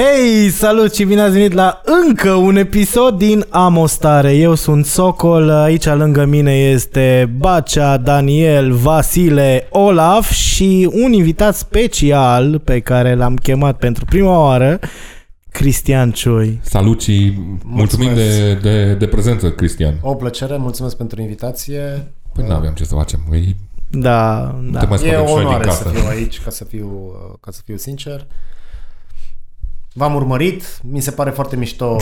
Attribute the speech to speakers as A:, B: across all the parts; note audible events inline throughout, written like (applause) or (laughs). A: Hei, salut și bine ați venit la încă un episod din Amostare. Eu sunt Socol, aici lângă mine este Bacea, Daniel, Vasile, Olaf și un invitat special pe care l-am chemat pentru prima oară, Cristian Cioi.
B: Salut și mulțumim de, de, de prezență, Cristian.
C: O plăcere, mulțumesc pentru invitație.
B: Păi nu aveam ce să facem. Ei,
A: Da, da.
B: Te mai
C: E
B: scoatem
C: o
B: și noi din
C: onoare să
B: casă.
C: fiu aici, ca să fiu, ca să fiu sincer. V-am urmărit, mi se pare foarte mișto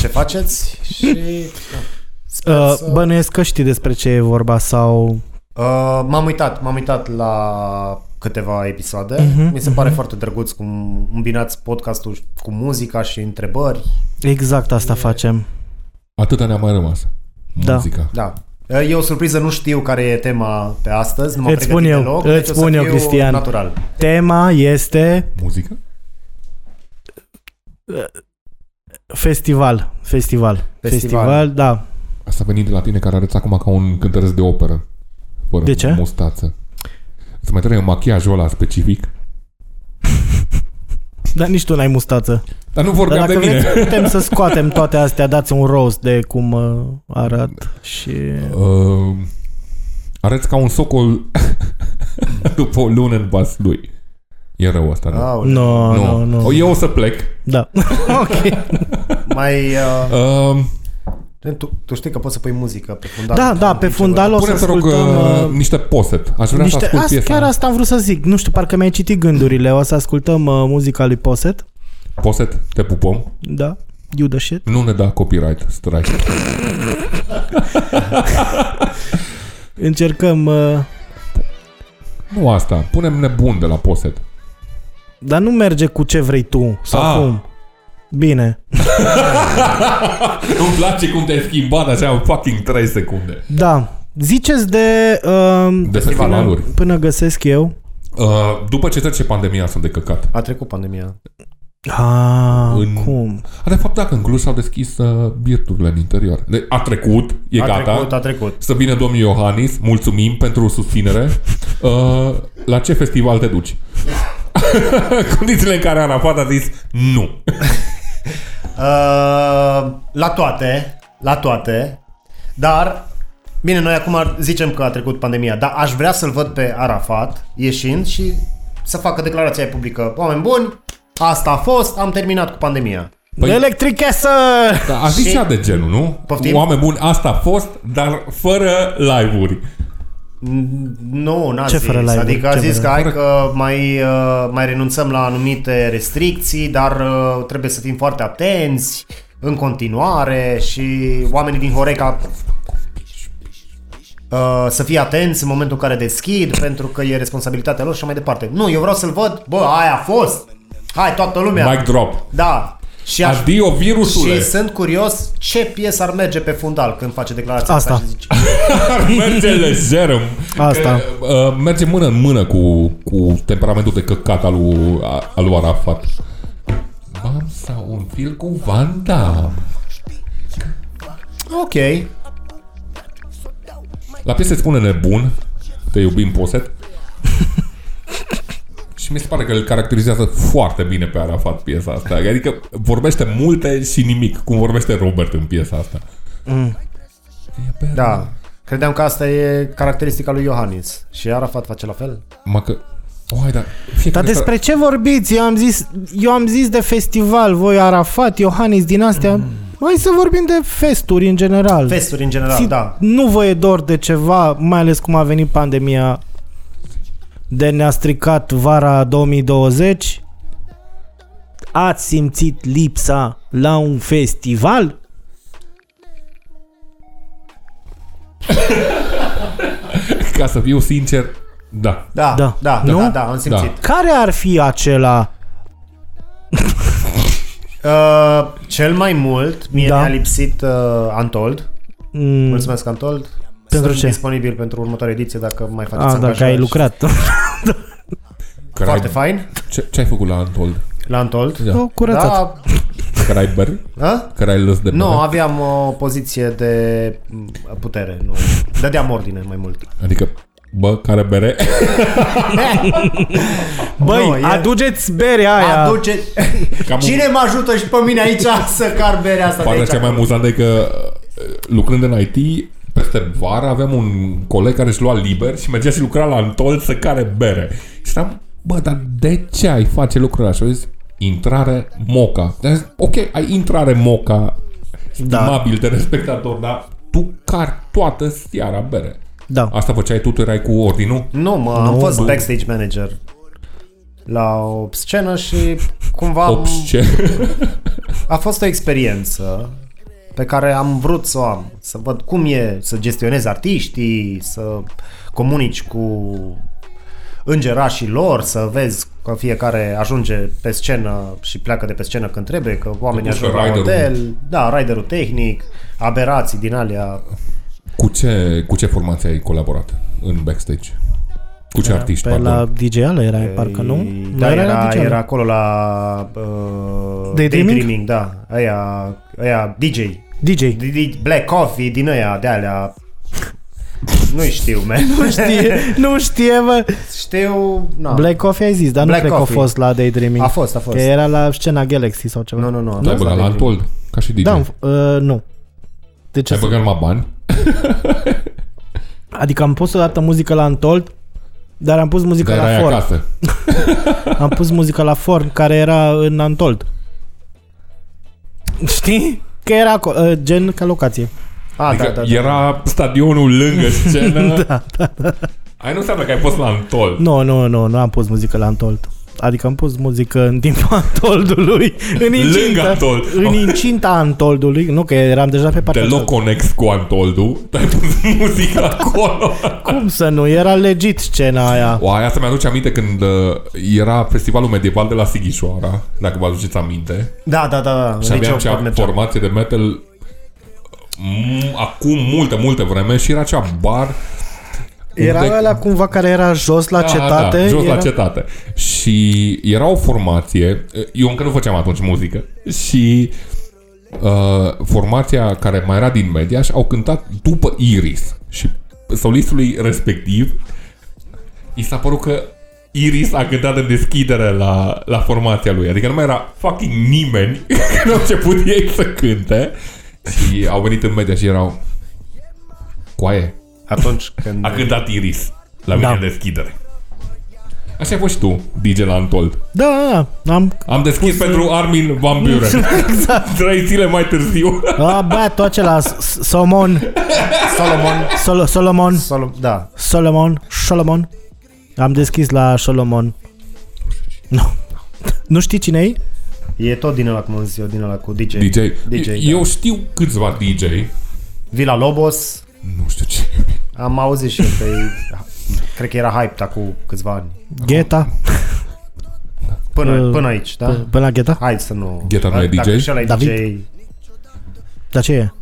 C: ce faceți și...
B: (laughs)
C: da, Sper
A: Uh,
C: să... uh,
A: Bănuiesc că știi despre ce e vorba sau...
C: m-am uitat, m-am uitat la câteva episoade.
A: Mhm,
C: Uh-huh, mi se pare uh-huh. foarte drăguț cum îmbinați podcastul cu muzica și întrebări.
A: Exact asta facem.
B: Atâta ne-a mai rămas.
A: Da.
B: Muzica.
C: Da. Uh, E o surpriză, nu știu care e tema pe astăzi, nu m-am
A: Îți spun
C: pregătit
A: eu,
C: deloc,
A: îți
C: deci o să
A: spun eu,
C: fiu
A: Cristian.
C: natural.
A: Tema este
B: Muzică?
A: festival. Festival.
C: Festival.
A: festival da.
B: Asta a venit de la tine care arăți acum ca un cântăresc de operă. Fără
A: De ce?
B: mustață. Îți mai trebuie machiajul ăla specific.
A: Dar nici tu n-ai mustață.
B: Dar nu vorbeam
A: Dar
B: de
A: dacă
B: mine.
A: vreți, putem să scoatem toate astea, dați un roast de cum uh, arat și...
B: (laughs) Uh, arăți ca un socol (laughs) după o lună în vas lui. E rău asta, nu?
A: Ah,
C: Aoleu.
A: Nu, nu, nu.
B: Eu o să plec. (laughs)
A: Da. ok.
C: Mai...
A: (laughs)
C: Uh,
B: Uh,
C: Gen, Tu, tu știi că poți să pui muzică pe fundal.
A: Da, da, pe fundal o să
B: Punem, te rog,
A: ascultăm...
B: uh,
A: uh,
B: niște poset. Aș vrea să
A: Niște,
B: ascult
A: asta,
B: piesa.
A: chiar asta am vrut să zic. Nu știu, parcă mi-ai citit gândurile. O să ascultăm uh, muzica lui Poset.
B: Poset, te pupăm.
A: Da. You the shit.
B: Nu ne da copyright strike.
A: Încercăm... Uh,
B: Nu asta. Punem nebun de la poset.
A: dar nu merge cu ce vrei tu. Sau
B: Ah.
A: cum. Bine.
B: Îmi place cum te-ai schimbat așa în fucking 3 secunde.
A: Da. Ziceți de... Uh,
B: De festivaluri.
A: până găsesc eu.
B: Uh, după ce trece pandemia sunt de căcat.
C: A trecut pandemia.
A: Ah,
B: În-
A: cum?
B: Dar de fapt dacă în Cluj s-au deschis uh, birturile în interior. De- a trecut, e
C: a
B: gata.
C: trecut, a trecut.
B: Să vină domnul Iohannis, mulțumim pentru susținere. Uh, la ce festival te duci? (laughs) Condițiile în care Arafat a zis nu.
C: Uh, la toate, la toate, dar... Bine, noi acum ar- zicem că a trecut pandemia, dar aș vrea să-l văd pe Arafat ieșind și să facă declarația aia publică. Oameni buni, asta a fost, am terminat cu pandemia.
B: Păi-
A: Electric Castle!
B: Dar Da, a zis
C: Și-
B: cea de genul, nu?
C: Poftim?
B: Oameni buni, asta a fost, dar fără live-uri.
C: Nu, n-a
A: Ce
C: zis.
A: fără live-uri?
C: adică a
A: Ce
C: zis
A: fără-
C: că hai că mai, uh, mai renunțăm la anumite restricții, dar uh, trebuie să fim foarte atenți în continuare și oamenii din Horeca uh, să fie atenți în momentul în care deschid pentru că e responsabilitatea lor și așa mai departe. Nu, eu vreau să-l văd, bă, aia a fost! Hai, toată lumea!
B: Mic drop.
C: Da! Și, aș,
B: Adio virusule.
C: și sunt curios ce piesă ar merge pe fundal când face declarația
A: Asta.
C: asta și zice.
B: (laughs) Ar merge lejer. în-
A: Asta.
B: Că, uh, merge mână în mână cu, cu temperamentul de căcat al lui, a- al lui Arafat. Bam sau un fil cu Van Damme.
C: Ok,
B: La piesă spune nebun, te iubim
C: (laughs)
B: poset. și mi se pare că îl caracterizează foarte bine pe Arafat piesa asta. Adică vorbește multe și nimic, cum vorbește Robert în piesa asta. E pe-
C: Mm. Da. Credeam că asta e caracteristica lui Iohannis. Și Arafat face la fel?
B: Mă că... Oai, dar fiecare
A: Dar despre ce vorbiți? Eu am zis, eu am zis de festival, voi Arafat, Iohannis, din astea. Hai să vorbim de festuri în general.
C: Festuri în general,
A: Ți-
C: da.
A: Nu vă e dor de ceva, mai ales cum a venit pandemia de ne-a stricat vara 2020? Ați simțit lipsa la un festival?
B: Ca să fiu sincer, da.
C: Da,
A: Da.
C: da, da,
A: Nu?
C: da, da, am simțit.
A: Care ar fi acela?
C: Uh, cel mai mult mie
A: Da.
C: da. mi-a lipsit uh, Antold.
A: Mm,
C: Mulțumesc, Antold.
A: Pentru
C: Sunt
A: ce?
C: disponibil pentru următoarea ediție dacă mai faceți
A: a, dacă ai
C: angajări.
A: lucrat.
B: Care
C: Foarte
B: ai,
C: fain
B: ce, ce ai făcut la Antold?
C: la Antold.
B: Da.
A: (laughs) O, curățat.
C: Da,
B: Care ai beri?
C: da?
B: Care ai lăs de
C: Nu, uh,
B: bere?
C: mm, aveam o poziție de m, putere. Nu. Dădeam ordine mai mult.
B: Adică Bă, care bere?
A: Băi,
C: Nu, e-
A: aduceți berea aia.
C: Aduce...
B: Cam-
C: Cine mă ajută și pe mine aici să car berea asta de exact.
B: Partea
C: aici?
B: cea mai amuzantă e că uh, lucrând în IT, peste vară aveam un coleg care își lua liber și mergea și lucra la Antol să care bere. Și eram, bă, dar de ce ai face lucrul ăla? Și au zis, intrare moca. Dar am zis, ok, ai intrare moca,
A: Da.
B: stimabil de respectator, dar tu car toată seara bere.
A: Da.
B: Asta făceai tu, tu erai cu ordinul?
C: Nu, mă, am fost
B: bă.
C: backstage manager la o scenă și cumva am-
B: Ops, ce?
C: a fost o experiență pe care am vrut să o am, să văd cum e să gestionezi artiștii, să comunici cu îngerașii lor, să vezi că fiecare ajunge pe scenă și pleacă de pe scenă când trebuie, că oamenii
B: Te duci
C: ajung
B: pe
C: la
B: riderul.
C: hotel, da, riderul tehnic, aberații din alea
B: Cu ce, cu ce formație ai colaborat în backstage? Cu ce artiști,
A: Pe
B: pardon?
A: la DJ ala era, parcă nu? Nu
C: Da,
A: la
C: era,
A: DJ
C: era,
A: ala?
C: era acolo la uh,
A: Daydreaming?
C: Daydreaming, da. Aia, aia DJ.
A: DJ.
C: DJ. Black Coffee din aia, de alea. nu știu, man.
A: (laughs) Nu știe, nu știe, bă.
C: știu, na.
A: Black Coffee ai zis, dar nu
C: Ah. Black
A: cred că
C: Coffee.
A: a fost la Daydreaming.
C: A fost, a fost.
A: Că era la scena Galaxy sau ceva.
C: Nu, nu, nu. a
B: Te-ai
C: fost
B: băgat Da, la
C: Daydreaming.
B: Antold, ca și DJ.
A: Da, am f- uh, nu. De ce?
B: Ai
A: să-
B: băgat numai bani?
A: Adică am pus o dată muzică la Antold, dar am pus muzică
B: Dar
A: la
B: erai
A: Form.
B: acasă.
A: Am pus muzică la Form, care era în Antold. Știi? Că era acolo, uh, gen ca locație.
C: A,
B: Adică
C: da, da, da.
B: era stadionul lângă scenă. da, da, Ai nu înseamnă că ai fost la Antol.
A: Nu, nu, nu, nu am pus muzică la Antold. Adică am pus muzică în timpul (laughs) Antoldului, în
B: Lângă
A: incinta,
B: Antold. Oh.
A: în incinta Antoldului, nu că eram deja pe partea
B: Deloc
A: cealaltă.
B: conex cu Antoldu, dar ai pus (laughs) muzica acolo.
A: Cum să nu? Era legit scena aia.
B: O, aia să mi-aduce aminte când uh, era festivalul medieval de la Sighișoara, dacă vă aduceți aminte.
C: Da, da, da, da.
B: Și
C: Nici
B: aveam
C: eu
B: cea
C: pot form...
B: formație de metal m- acum multă, multă vreme și era acea bar
A: Era
B: unde-
A: ăla cumva care era jos la cetate.
B: Da, da, jos
A: era...
B: la cetate. Și era o formație, eu încă nu făceam atunci muzică, și uh, formația care mai era din Mediaș au cântat după Iris. Și solistului respectiv i s-a părut că Iris a cântat în deschidere la, la formația lui. Adică nu mai era fucking nimeni (laughs) când au început ei să cânte. Și au venit în media și erau... Coaie,
C: Atunci când...
B: a cântat Iris la mine
A: Da.
B: da. deschidere. Așa ai fost și tu, DJ la Antold.
A: Da, da, am...
B: Am deschis Pus pentru Armin Van Buren.
A: (laughs) Exact.
B: Trei zile mai târziu.
A: A, băiatul acela, Solomon,
C: Solomon...
A: Sol- Solomon,
C: Solomon, da.
A: Solomon, Solomon. Am deschis la Solomon. Nu. Nu știi cine e?
C: E tot din ăla, cum am zis eu, din ăla cu DJ.
B: DJ.
C: DJ,
B: Eu-
C: da.
B: Eu știu câțiva DJ.
C: Vila Lobos.
B: Nu știu ce.
C: Am auzit și eu pe ei. Cred că era hype acum câțiva ani.
A: Gheta.
C: Până,
A: Uh,
C: până aici, da?
A: Până la Gheta?
C: Hai să nu...
B: Gheta nu e
C: Dacă
B: DJ?
C: și ăla e
A: David?
C: DJ...
A: Dar ce e?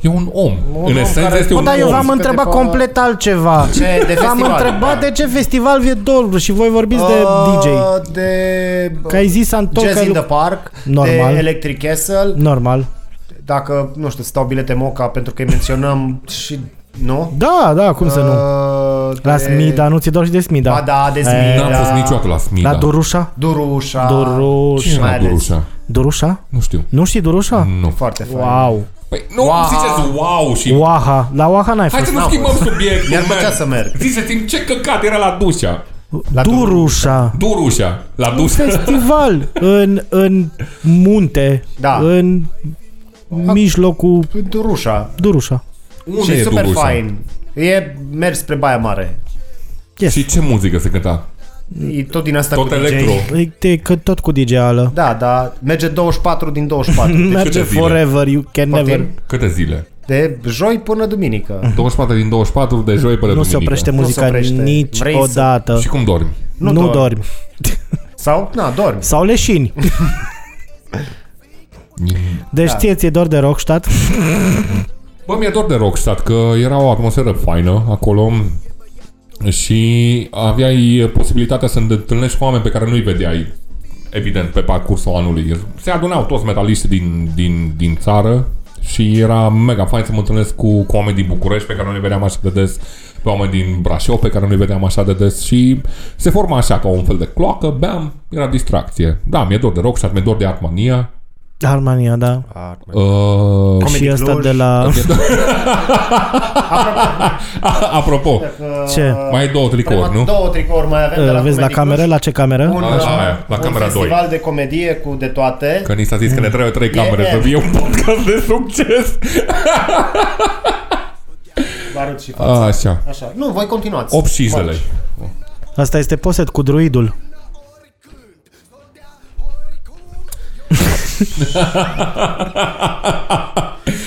B: E un om.
C: Un
B: în
C: om
B: esență
C: care-
B: este
A: Bă,
B: un
A: dar eu
B: om.
A: v-am întrebat
C: Câteva-
A: complet altceva.
C: Ce, de
A: V-am
C: festival?
A: întrebat de ce festival e dolul și voi vorbiți de
C: Uh,
A: DJ.
C: De...
A: Că ai zis, Antol,
C: Jazz
A: că
C: in
A: lu-
C: the Park,
A: Normal.
C: de Electric Castle,
A: Normal.
C: dacă, nu știu, stau bilete moca pentru că îi menționăm și... Nu?
A: Da, da, cum să nu. da.
C: Uh, de...
A: La Smida, nu ți-e dor și de Smida.
C: Ba da, de Smida. Da.
B: N-am fost niciodată la Smida.
A: La Dorușa?
C: Durușa.
B: Cine
A: Dorușa.
C: mai
B: era
C: ales.
B: Dorușa?
A: Dorușa?
B: Nu știu.
A: Nu știi Dorușa?
B: Nu.
C: Foarte fain.
A: Wow.
B: Păi nu wow. ziceți wow și... Wow.
A: Oaha. La Oaha n-ai
B: Hai să
A: fost.
B: nu
C: N-am
B: schimbăm subiectul,
C: Mi-ar plăcea
B: man.
C: să merg.
B: Ziceți-mi ce căcat era la Dușa.
C: La
A: Durușa.
B: Durușa. La Dușa.
A: Festival în, în munte.
C: Da.
A: În mijlocul
C: Durușa.
A: Durușa.
B: Unde
C: și
B: e
C: super
B: Durușa?
C: fain. E mers spre Baia Mare.
A: Yes.
B: Și ce muzică se cânta?
C: E tot din asta
B: Tot
C: cu
B: electro.
C: DJ.
A: E- Te, că tot cu DJ-ală.
C: Da, da, merge 24 din
A: (laughs)
C: 24. Deci
A: Merge
B: câte zile?
A: forever, you can
C: Poftim?
A: never.
B: Câte zile?
C: de joi până duminică.
B: 24 din 24 de deci joi până
A: Nu se
B: duminică.
A: oprește
C: se
A: muzica
C: oprește. Vrei să-
A: niciodată.
B: Și cum dormi?
A: Nu,
C: Nu
A: nu dormi.
C: Sau, na, dormi.
A: Sau
C: (laughs)
A: leșini.
C: Da.
A: Deci ție ți-e dor de Rockstadt?
B: Bă, mi-e dor de Rockstad, că era o atmosferă faină acolo și aveai posibilitatea să întâlnești cu oameni pe care nu-i vedeai, evident, pe parcursul anului. Se adunau toți metaliștii din, din, din țară și era mega fain să mă întâlnesc cu, cu oameni din București pe care nu-i vedeam așa de des. pe oameni din Brașov, pe care nu-i vedeam așa de des și se forma așa ca un fel de cloacă, beam, era distracție. Da, mi-e dor de Rockstars, mi-e dor de Artmania.
A: Harmonia, da.
B: Uh,
C: Comedy
A: și asta
C: Cluj.
A: de la... (laughs)
B: Uh, (laughs) apropo,
A: Ce?
B: mai ai două tricouri, nu?
C: Două tricouri mai avem de la
A: Eh, Vezi la
C: Comedy
A: cameră?
C: Cluj.
A: La ce cameră?
C: un,
B: Așa,
C: uh,
B: aia, la
C: un
B: camera doi.
C: festival de comedie cu de toate.
B: Că ni s-a zis că ne trebuie trei camere
C: Yeah.
B: să fie un podcast de succes.
C: Vă arăt și fața.
B: Așa.
C: Așa. Nu, voi continuați.
B: 85 de
C: Marci.
B: lei.
A: Asta este poset cu
C: (laughs)
A: druidul.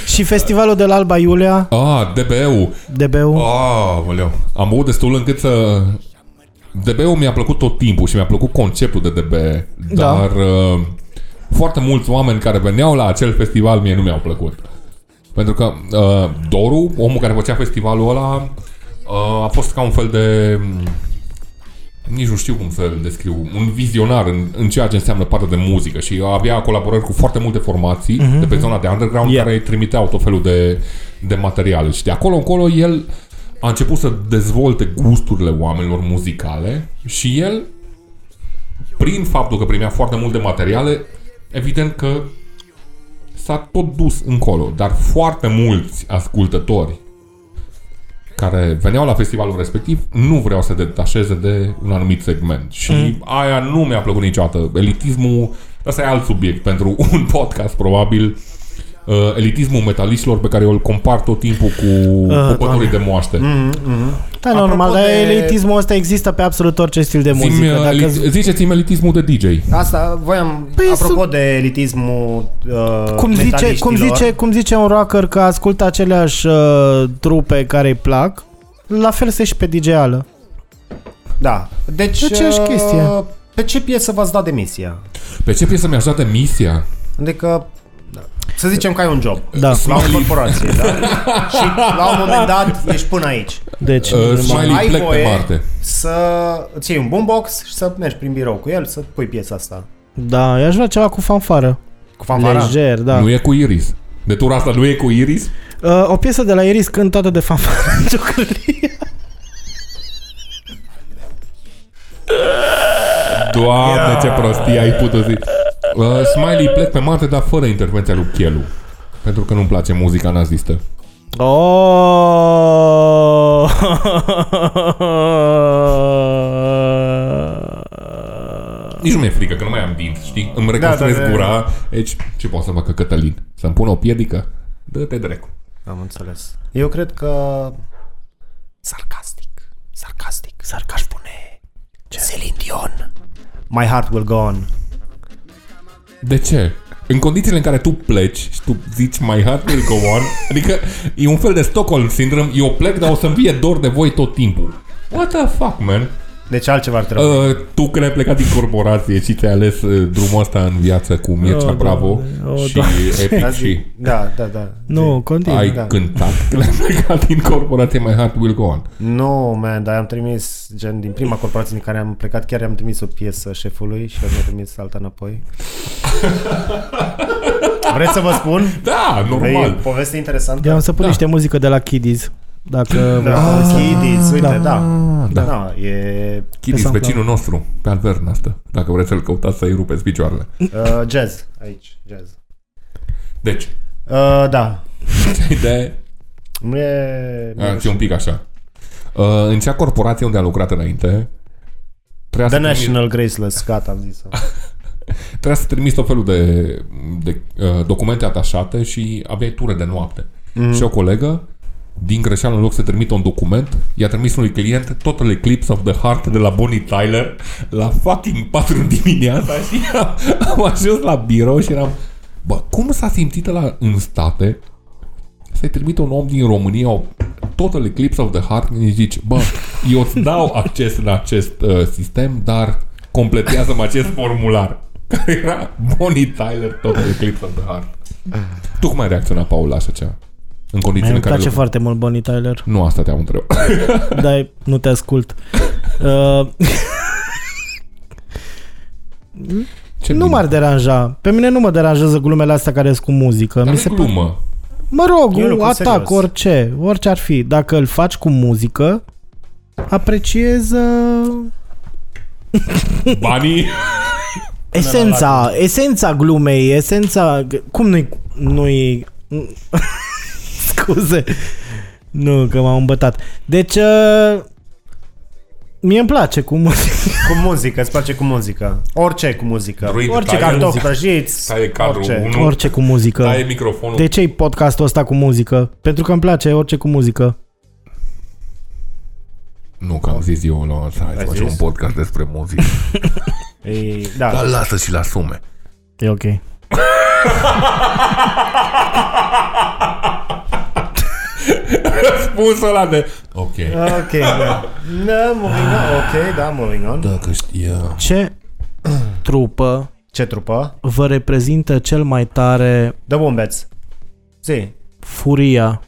A: și festivalul de la Alba Iulia,
B: Ah, DBE-ul.
A: DB-ul.
B: Ah, măleu. Am băut destul încât să... DB-ul mi-a plăcut tot timpul și mi-a plăcut conceptul de DB,
A: Da.
B: dar uh, foarte mulți oameni care veneau la acel festival mie nu mi-au plăcut. Pentru că uh, Doru, omul care făcea festivalul ăla, uh, a fost ca un fel de... mm, Nici nu știu cum să-l descriu. Un vizionar în, în ceea ce înseamnă partea de muzică și avea colaborări cu foarte multe formații mm-hmm. de pe zona de underground
A: Mhm, Yeah.
B: yeah. care îi trimiteau tot felul de, de materiale. Și de acolo încolo el a început să dezvolte gusturile oamenilor muzicale și el, prin faptul că primea foarte multe materiale, evident că s-a tot dus încolo, dar foarte mulți ascultători care veneau la festivalul respectiv nu vreau să se detașeze de un anumit segment și mm. aia nu mi-a plăcut niciodată. Elitismul, ăsta e alt subiect pentru (laughs) un podcast probabil, uh, elitismul metaliștilor pe care eu îl compar tot timpul cu
A: Ah,
B: uh, popătorii de moaște. Mm.
A: Da, normal, dar
C: de-
A: elitismul ăsta există pe absolut orice stil de
B: Zi-mi,
A: muzică.
B: uh,
A: Dacă
B: elit- ziceți-mi elitismul de DJ.
C: Asta voiam,
A: Păi
C: apropo de elitismul uh,
A: cum zice, cum,
C: metaliștilor,
A: zice, cum zice un rocker că ascultă aceleași uh, trupe care îi plac, la fel se și pe DJ-ală.
C: Da. Deci,
A: Aceeași
C: uh,
A: chestie.
C: pe ce piesă v-ați dat demisia?
B: Pe ce piesă mi-aș dat emisia?
C: Adică, da. să zicem că ai un job.
A: Da,
C: La o corporație,
B: (laughs)
C: da? Și la un moment dat ești până aici.
A: deci...
B: Uh, Smiley
C: Ai
B: plec pe
C: voie
B: Marte.
C: să îți iei un boombox și să mergi prin birou cu el, să pui piesa asta.
A: Da, eu aș vrea ceva cu fanfară.
C: Cu fanfara.
A: Lejer, da.
B: Nu e cu Iris. De tura asta nu e cu Iris?
A: Uh, o piesă de la Iris cântată de fanfară în (laughs) ciocârlie.
B: Doamne, ce prostie ai putut zi. Uh, Smiley plec pe Marte, dar fără intervenția lui Chelu. Pentru că nu-mi place muzica nazistă.
A: Oh!
B: Nici nu mi-e frică, că nu mai am dinți, știi? Îmi reconstruiesc
C: da,
B: da,
C: da,
B: da,
C: da.
B: gura. Deci, ce poate să facă Cătălin? Să-mi pună o piedică? Dă-te drecu.
C: Am înțeles. Eu cred că... Sarcastic. Sarcastic. Sarcastic. Spune... Ce? Celine Dion. My heart will go on.
B: De ce? În condițiile în care tu pleci și tu zici My heart will go on, adică e un fel de Stockholm Syndrome, eu plec, dar o să-mi fie dor de voi tot timpul. What the fuck, man?
C: Deci altceva ar
A: Da.
C: trebui.
B: Uh, tu când ai plecat din corporație și ți-ai ales uh, drumul ăsta în viață cu Mircea
A: Oh,
B: Bravo
A: Doamne, oh,
B: și Epic
C: Azi-
B: și
C: Da, da, da.
A: nu, continuu.
B: ai
C: da.
B: cântat când ai plecat din corporație My Heart Will Go On.
C: Nu, man, dar am trimis, gen, din prima corporație din care am plecat, chiar am trimis o piesă șefului și el mi-a trimis alta
B: (laughs)
C: înapoi. Vreți să vă spun?
B: Da,
C: E o
B: normal.
C: poveste interesantă.
A: Eu am să pun
B: Da.
A: niște muzică de la Kiddies. Dacă...
C: Da,
A: Ah,
C: Kiddies, uite, da.
B: Da.
C: Da, e
B: Chidis,
A: SoundCloud.
B: vecinul nostru, pe Alverna asta. Dacă vreți să-l căutați, să-i rupeți picioarele.
C: uh, jazz aici, jazz.
B: Deci,
C: Uh, da,
B: de...
C: nu e...
B: A, ți un pic așa. Uh, în cea corporație unde a lucrat înainte, trebuia
C: The
B: să, trimis,
C: National Graceless, gata, am zis
B: trebuia să trimis tot felul de, de uh, documente atașate și aveai ture de noapte. Mm. Și o colegă, din greșeală, în loc să trimită un document, i-a trimis unui client Total Eclipse of the Heart de la Bonnie Tyler la fucking 4 dimineața și (laughs) am, am ajuns la birou și eram... Bă, cum s-a simțit la în state să-i trimite un om din România o Total Eclipse of the Heart și zici, bă, eu îți dau acces în acest uh, sistem, dar completează-mă acest formular. (laughs) Care era Bonnie Tyler Total Eclipse of the Heart. Tu cum ai reacționat, Paul, la așa ceva? În condițiile
A: Îmi
B: în care...
A: place
B: lucrezi?
A: foarte mult Bonnie Tyler,
B: Nu asta te-am întrebat. (laughs)
A: dar nu te ascult.
C: (laughs)
A: Uh,
B: Ce
A: nu
B: bine.
A: m-ar deranja. Pe mine nu mă deranjează glumele astea care sunt cu muzică.
B: Dar
A: Mi
B: nu-i
A: se
B: glumă.
A: Mă rog,
C: E un
A: un
C: lucru
A: atac,
C: serios.
A: orice, orice ar fi. Dacă îl faci cu muzică, apreciez uh,
B: Banii
A: esența, esența glumei, esența... Cum nu-i... nu-i... (laughs) Scuze. Nu, că m-am îmbătat. Deci... Uh, mie îmi place cum...
C: Cu muzică, îți place cu muzica. Orice cu muzica.
B: Druid,
C: Orice
B: taie
C: cartofi
B: muzica.
C: prăjiți.
B: Taie cadrul
C: Orice.
B: unu.
A: orice cu muzică.
B: taie microfonul.
A: De ce e podcastul ăsta cu muzică? Pentru că îmi place orice cu muzică.
B: Nu, că am zis eu, la, hai să
C: Ai
B: facem
C: zis?
B: un podcast despre muzică.
C: E, da.
B: Dar lasă și la sume.
A: E ok.
B: Răspunsul ăla de... Ok.
C: Ok, da. Da, moving on. Ok, da, moving on.
B: Da, că știa...
A: Ce (clears throat) trupă
C: Ce trupă?
A: vă reprezintă cel mai tare
C: The Wombats. Zi.
A: furia?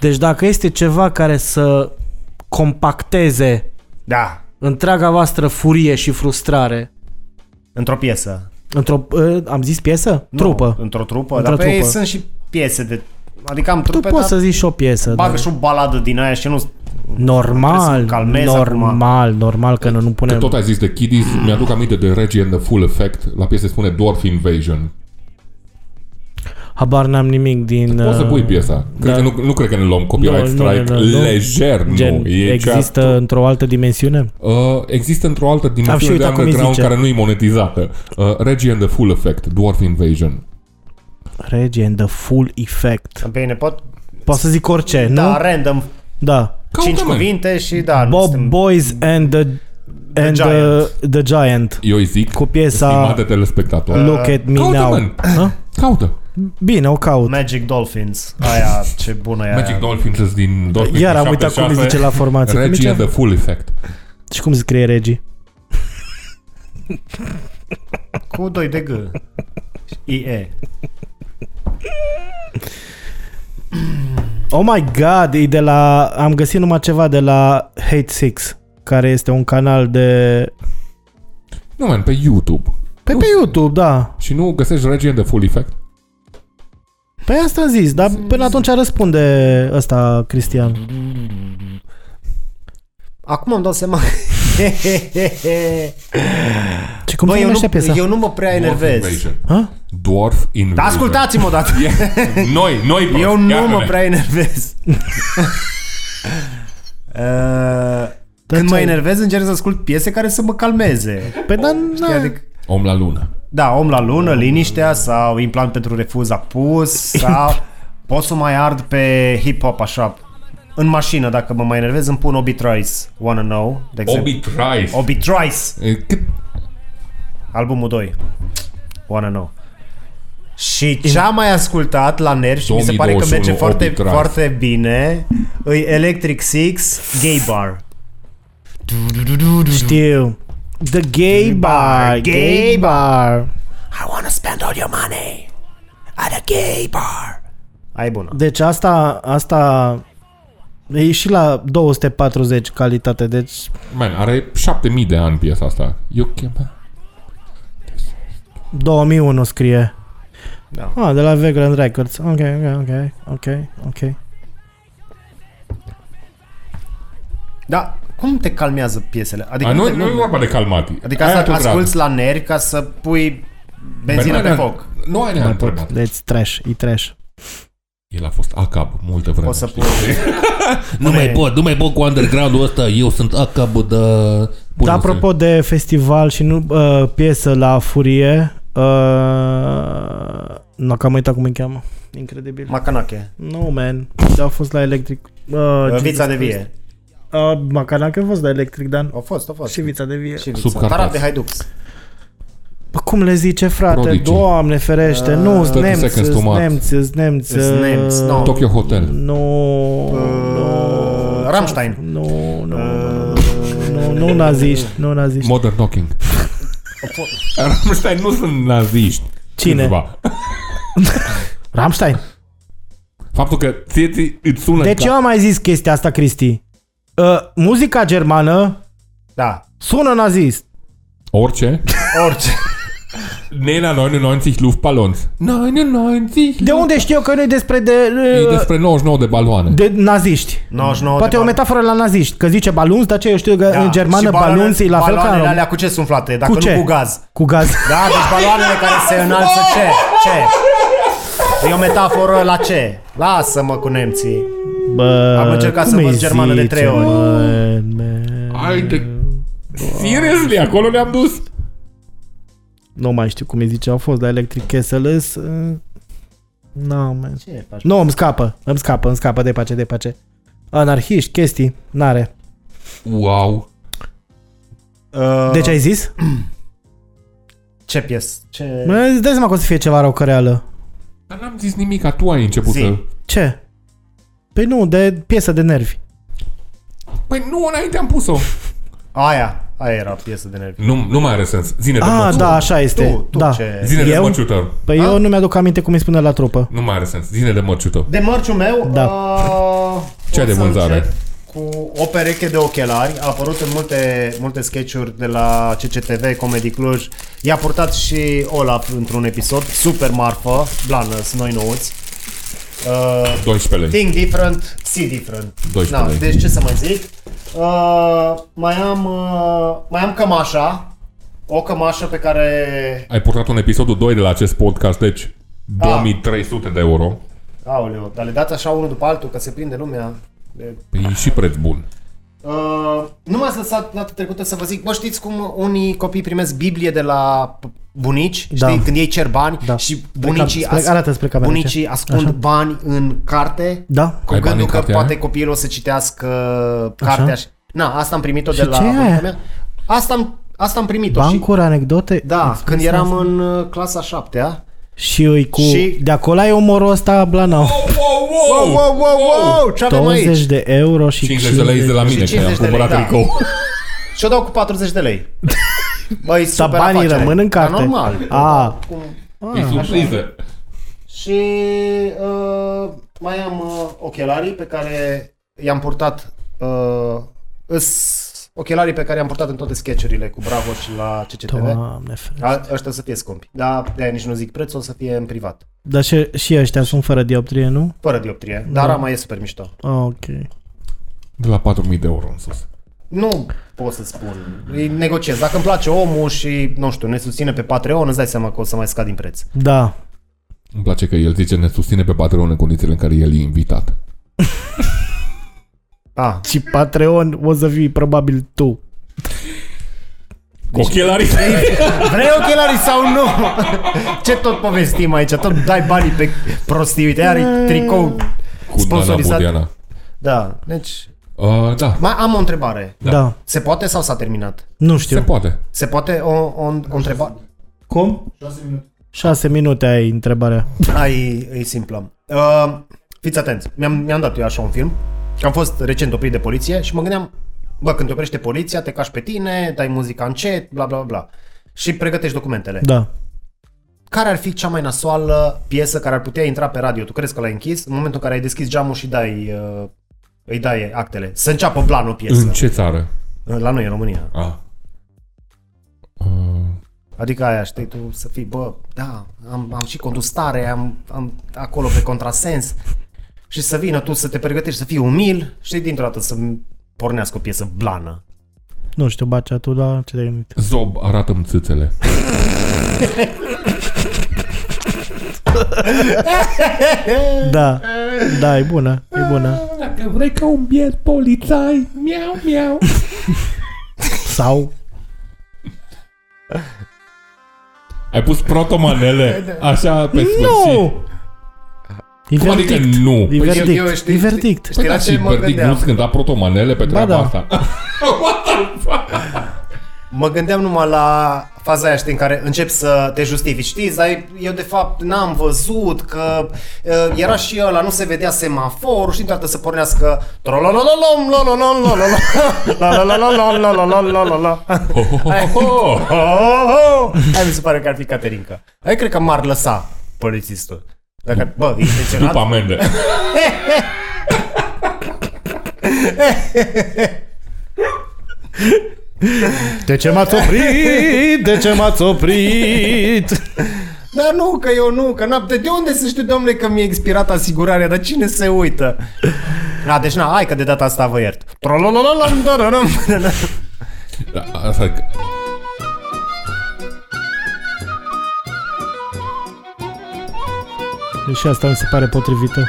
A: Deci dacă este ceva care să compacteze
C: Da.
A: întreaga voastră furie și frustrare
C: Într-o piesă.
A: într-o... eh, am zis piesă?
C: Nu,
A: Trupă.
C: Într-o trupă.
A: Într-o
C: dar pe ei
A: trupă.
C: sunt și piese de... Adică am
A: Tu
C: trupe,
A: poți
C: dar
A: să zici și o piesă.
C: bagă
A: dar-
C: și o baladă din aia și nu...
A: Normal,
C: să-mi calmez acum.
A: normal, normal că nu, nu punem...
B: Tot ai zis de Kiddies, mi-aduc aminte de Reggie and the Full Effect, la piesă se spune Dwarf Invasion.
A: Habar n-am nimic din...
B: Poți să
A: eh,
B: pui piesa. Cred că nu, nu cred că ne luăm copyright strike. Lejer, nu.
A: Gen,
B: E
A: există
B: chiar-
A: într-o altă dimensiune?
B: Uh, există într-o altă
A: Am și
B: dimensiune de
A: uitat cum îi
B: underground
A: zice.
B: care nu e monetizată. Uh, Reggie and the Full Effect, Dwarf Invasion.
A: Regi and the full effect.
C: Pe ei ne pot...
A: Poți să zic orice,
C: Da,
A: nu?
C: random.
A: Da.
C: Cinci
B: Caută-mă.
C: cuvinte și da. nu
A: Bob
C: suntem-
A: Boys and the, and the,
C: Giant.
A: the, Giant.
B: Eu îi zic,
A: Cu piesa
B: stimate telespectator.
A: Look at me now.
B: Caută-mă.
A: Hă?
B: Caută.
A: Bine, o caut.
C: Magic Dolphins. Aia, ce bună e aia.
B: Magic Dolphins sunt din Dolphins
A: Iar
B: din
A: am uitat cum îi
B: 76.
A: zice la formație. Cum îi
B: Reggie and
A: zice?
B: the Full Effect.
A: Și cum scrie Regi?
C: Cu 2 de G. IE.
A: Oh my god, e de la... Am găsit numai ceva de la Hate Six, care este un canal de...
B: Nu, man, pe YouTube.
A: Pe,
B: Nu
A: pe
B: știu.
A: YouTube, da.
B: Și nu găsești Reggie and the Full Effect?
A: Pe Păi asta am zis, dar până atunci răspunde ăsta Cristian.
C: Acum îmi dau seama.
A: Ce cum
C: Bă,
A: se
C: eu,
A: numește
C: nu,
A: piesa?
C: eu nu mă prea enervez.
B: Invasion.
A: Ha?
B: Dwarf Invasion.
C: Dar ascultați-mă odată.
B: (laughs) Noi, noi, bă,
C: Da, (laughs) Eu nu mă
B: iarăne.
C: prea
A: (laughs)
C: enervez. (laughs) Uh, Când mă
A: ce-ai-
C: enervez, încerc să ascult piese care să mă calmeze.
A: Pe Păi, dar na,
C: Adică,
B: Om la lună.
C: da, Om la lună, Liniștea sau Implant pentru refuz a pus
B: (laughs)
C: sau pot să mai ard pe hip-hop așa. În mașină, dacă mă mai enervez, îmi pun Obi Trice, Wanna Know, de exemplu.
B: Obi Trice.
C: Obi Trice!
B: E, Cât
C: Albumul 2. Wanna know. Și ce am mai ascultat la nervi și mi se pare că merge
B: 2021
C: foarte,
B: Obi Trice.
C: foarte bine, îi Electric Six Gay Bar.
A: știu. The gay bar, gay bar.
C: I wanna spend all your money at a gay bar. Ai bună.
A: Deci asta, asta e și la 240 calitate, deci
B: Man, are 7000 de ani piesa asta. E ok, bă.
A: 2001 scrie.
C: Da.
A: Ah, de la Vagrant Records. Ok, ok, ok, ok, ok.
C: Da, cum te calmează piesele? Adică,
B: A,
C: nu,
B: nu,
C: te-
B: nu e vorba de calmati.
C: adică
B: Aia
C: asta
B: tot
C: asculti la nervi ca să pui
B: drag.
C: benzină
B: Man,
C: pe
B: nu
C: foc.
B: ne-a- Nu ai ne-a întrebat.
A: Deci trash, e trash.
B: El a fost ACAB multă vreme.
C: Poți să
B: știi?
C: pui...
A: (laughs)
B: Nu mai pot, nu mai pot cu underground-ul ăsta. Eu sunt ACAB de...
C: Da,
A: Dar apropo de festival și nu uh, piesă la furie, uh, nu că am uitat cum îi cheamă. Incredibil.
C: Macanache.
A: No, man. Au fost la electric. Uh,
C: Vița
A: Jesus
C: de
A: Christ.
C: vie.
A: Uh, Macanache a fost la electric, Dan.
C: Au fost, au fost.
A: Și vița de vie.
C: Și
B: Sub
C: vița.
B: Carpați.
C: Taraf de Haidux.
A: Bă, cum le zice, frate?
B: Prodigy. Uh,
A: Doamne ferește. nu, sunt
B: 30
A: nemți,
B: seconds to
A: sunt
B: Mars.
A: nemți, sunt nemți.
C: Sunt
A: uh,
C: nemți, no.
B: Tokyo Hotel.
A: Nu, nu,
C: Rammstein. Uh.
A: nu, nu, nu, nu, nu naziști, nu naziști.
B: Modern Knocking. (laughs) Rammstein nu sunt naziști.
A: Cine?
B: Câțiva.
A: Rammstein.
B: Faptul că ție ți, îți sună
A: Deci
B: ca...
A: eu am mai zis chestia asta, Cristi. Uh, muzica germană
C: Da,
A: sună nazist.
B: Orice.
C: orice.
B: Nee, na 99 Luftballons. 99
A: De unde știu că nu e despre de, uh,
B: E despre 99 de baloane.
A: de naziști?
C: 99
A: Poate
C: de
A: e o
C: bani.
A: metaforă la naziști, că zice balunți, dar ce eu știu că
C: Da.
A: în germană
C: Și baloane-
A: balunți e la fel ca în
C: Baloanele
A: rom-
C: alea cu ce sunt flate? Dacă
A: Cu ce?
C: nu cu gaz.
A: Cu gaz.
C: Da, deci baloanele care se înalță ce? Ce? E o metaforă la ce? Lasă-mă cu nemții.
A: Bă,
C: Am încercat
A: cum
C: să
A: îi
C: învăț germană de
A: zice,
C: trei ori.
A: mă, mă?
B: Hai de... Seriously, acolo ne-am dus.
A: Nu mai știu cum îi zice, au fost la Electric uh, Castle No, man.
C: Ce faci?
A: Nu, îmi scapă, îmi scapă, îmi scapă, de pace, de pace. Anarhiști, chestii, n-are.
B: Wow.
C: Uh,
A: Deci ai zis?
C: Ce piesă? Ce...
A: Mă, îți dai seama că o să fie ceva răucăreală.
B: Dar n-am zis nimic, tu ai început
C: Zi.
B: să...
A: Ce? Păi nu, de piesă de nervi.
B: Păi nu, înainte am pus-o.
C: Aia, aia era piesă de nervi.
B: Nu, nu mai are sens. Zine de
A: Ah, da, așa este.
C: Tu, tu
A: da.
C: ce? Ah.
B: Zine de
A: Eu?
B: măciutor.
A: Păi eu nu mi-aduc aminte cum îi spune la trupă.
B: Nu mai are sens. Zine de măciutor.
C: De mărciul meu,
A: Da.
C: uh,
B: Ce
C: o
B: de
C: să
B: vânzare?
C: încep Cu o pereche de ochelari, a apărut în multe, multe sketch-uri de la CCTV, Comedy Cluj. I-a purtat și Olaf într-un episod, super marfă, blană, sunt noi nouți. Uh,
B: 12 lei.
C: Think different, see different.
B: 12
C: Na,
B: lei.
C: deci ce să mai zic? Uh, mai am uh, mai am cămașa, o cămașă pe care
B: Ai purtat un episodul 2 de la acest podcast,
C: Ah.
B: deci 2300 de euro.
C: Aoleu, dar le dați așa unul după altul că se prinde lumea. E
B: Păi e și preț bun.
C: Uh, nu m-ați lăsat data trecută să vă zic, bă, știți cum unii copii primesc Biblie de la p- bunici,
A: Da.
C: știi, când ei cer bani
A: Da.
C: și
A: Spre
C: bunicii,
A: cam- spre- arată spre cameră,
C: bunicii
A: ce?
C: ascund
A: Așa.
C: bani în carte,
A: Da?
B: Ai
C: cu
B: bani în
C: gândul că
B: cartea
C: poate
B: aia?
C: copiilor o să citească cartea. Și... Na, asta am primit-o de la
A: ce e aia?
C: bunica mea. Asta am, asta am primit-o și...
A: Bancuri, anecdote?
C: Da,
A: Îți
C: când
A: spun
C: eram
A: asta.
C: în uh, clasa șaptea.
A: Și îi cu...
C: Și-
A: De acolo ai omorul ăsta blanau.
B: Wow,
C: Wow, wow, wow, wow, ce avem aici?
A: 20 de euro și
B: 50 de lei de la mine, că
C: 50
B: am
C: de lei,
B: cumpărat
C: da.
B: tricou.
C: Și o dau cu 40 de
A: (laughs)
C: lei. Băi,
A: Dar
C: super
A: banii
C: afacere.
A: rămân în
C: Dar
A: carte. Ah,
C: normal.
A: A,
C: Cum...
B: E surpriză.
C: Și uh, mai am uh, ochelarii pe care i-am purtat uh, îs ochelarii pe care i-am purtat în toate sketchurile cu Bravo și la CCTV.
A: doamne frate.
C: A, ăștia o să fie scumpi. Dar de nici nu zic prețul, o să fie în privat.
A: Dar și, și ăștia sunt fără dioptrie, nu? Ah,
C: Fără dioptrie. Dar rama e super mișto.
A: Ok.
B: De la 4000 de euro în sus.
C: Nu pot să spun. Îi negociez. Dacă îmi place omul și, nu știu, ne susține pe Patreon, îți dai seama că o să mai scad din preț.
A: Da.
B: Îmi place că el zice ne susține pe Patreon în condițiile în care el e invitat.
C: Ah,
A: Și Patreon o să fii probabil tu.
B: Cu ochelarii.
C: Vrei ochelarii sau nu? (laughs) Ce tot povestim aici? Tot dai banii pe prostii. Uite, are tricou.
B: Cu Dana
C: Sponsorizat.
B: Bodiana.
C: Da, deci...
B: Uh, da,
C: Mai am o întrebare.
A: Da. da.
C: Se poate sau s-a terminat?
A: Nu
B: se
A: știu.
B: poate.
C: Se poate o, o, o întrebare?
A: Cum? 6 minute ai întrebarea.
C: Hai, e simplă. Uh, fiți atenți, mi-am, mi-am dat eu așa un film, că am fost recent oprit de poliție și mă gândeam, bă, când te oprește poliția, te cași pe tine, dai muzica încet, bla bla bla. Și pregătești documentele.
A: Da.
C: Care ar fi cea mai nasoală piesă care ar putea intra pe radio? Tu crezi că l-ai închis? În momentul în care ai deschis geamul și dai, uh, îi dai actele. Să înceapă blanul piesă.
B: În ce țară?
C: La noi, în România.
B: A. Uh,
C: Adică aia, știi tu, să fii, bă, da, am, am și condus tare, am, am acolo pe contrasens și să vină tu să te pregătești, să fii umil și dintr-o dată să pornească o piesă blană.
A: Nu știu, Bacea, tu la ce te-ai gândit?
B: Zob, arată-mi țâțele.
A: Da. Da, e bună. E bună.
B: Dacă vrei ca un biet polițai, miau, miau.
A: Sau?
B: Ai pus protomanele așa pe sfârșit. Cum adică
A: Diverdict.
B: nu?
A: Diverdict.
C: Păi eu- eu știi-
A: Diverdict.
C: știi-
B: Păi da,
C: la ce
B: și
C: mă
B: Verdict
C: gândeam?
B: nu-ți cânta protomanele pe treaba
A: da.
B: asta.
C: Mă gândeam numai la faza aia, știi, în care încep să te justifici, știi, dar eu de fapt n-am văzut că uh, era și ăla, nu se vedea semaforul și dintr-o dată să pornească trololololom, lolololololol, lalalalalalalalalalalala.
B: Ho, ho, ho, ho.
C: Oh, Aia mi se pare că ar fi Caterinca. Aia cred că m-ar lăsa polițistul. Dacă, bă, e intenționat.
B: După amende.
A: De ce m-ați oprit? De ce m-ați oprit?
D: Dar nu, că eu nu, că n-am... De unde să știu, domnule, că mi-e expirat asigurarea? Dar cine se uită?
C: Na, deci na, hai că de data asta vă iert.
D: Trololololam, dororom.
B: Da, asta e că-
A: Și asta mi se pare potrivită.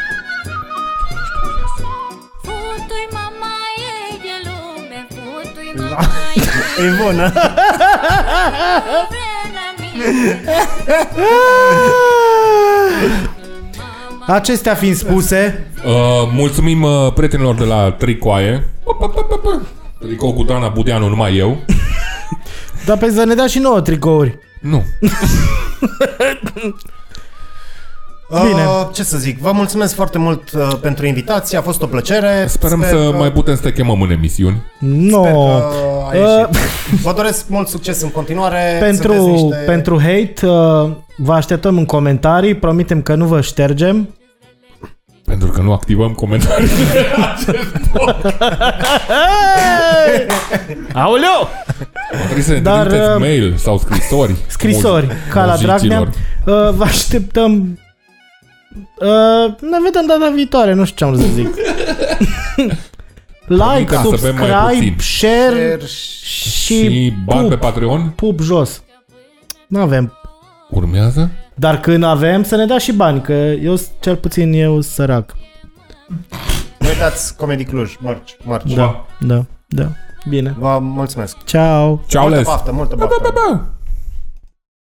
E: Futui mamaie de lume, futui mamaie de
C: E bună.
E: lume la mine.
A: Acestea fiind spuse,
B: Uh, mulțumim uh, prietenilor de la Tricoaie. Tricou cu Dana Budeanu, numai eu.
A: dar pe să ne dea și nouă tricouri.
B: Nu.
A: Bine.
C: Uh, ce să zic, vă mulțumesc foarte mult uh, pentru invitație, a fost o plăcere.
B: Sperăm
C: Sper
B: să
C: că-
B: mai putem să te chemăm în emisiuni.
A: No.
C: Sper că a ieșit.
A: Uh,
C: Vă doresc mult succes în continuare. sunteți
A: pentru,
C: niște-
A: pentru hate, uh, vă așteptăm în comentarii, promitem că nu vă ștergem.
B: Pentru că nu activăm comentarii.
A: (laughs) Aoleu!
B: Trebuie să ne
A: Dar,
B: Dar, trimiteți
A: uh,
B: mail sau scrisori.
A: Scrisori,
B: Muzi-
A: ca la Dragnea. Uh,
B: muzicilor.
A: vă așteptăm... Uh, ne vedem data viitoare, nu știu ce am vrut să
B: (laughs)
A: zic. like,
B: Promitem să bem mai
A: subscribe,
B: puțin.
A: share
B: Și
A: și
B: bani pe
A: pup,
B: Patreon
A: pup jos. Nu avem.
B: urmează.
A: Dar când avem, să ne dea și bani, că eu, s- cel puțin eu, sărac.
C: Nu uitați Comedy Cluj, marci, marci.
A: Da, da, da. Bine.
C: Vă mulțumesc.
A: Ciao.
B: Ceau,
C: Multă
B: les!
C: baftă, multă
B: Pa,
C: baftă.
B: pa, pa.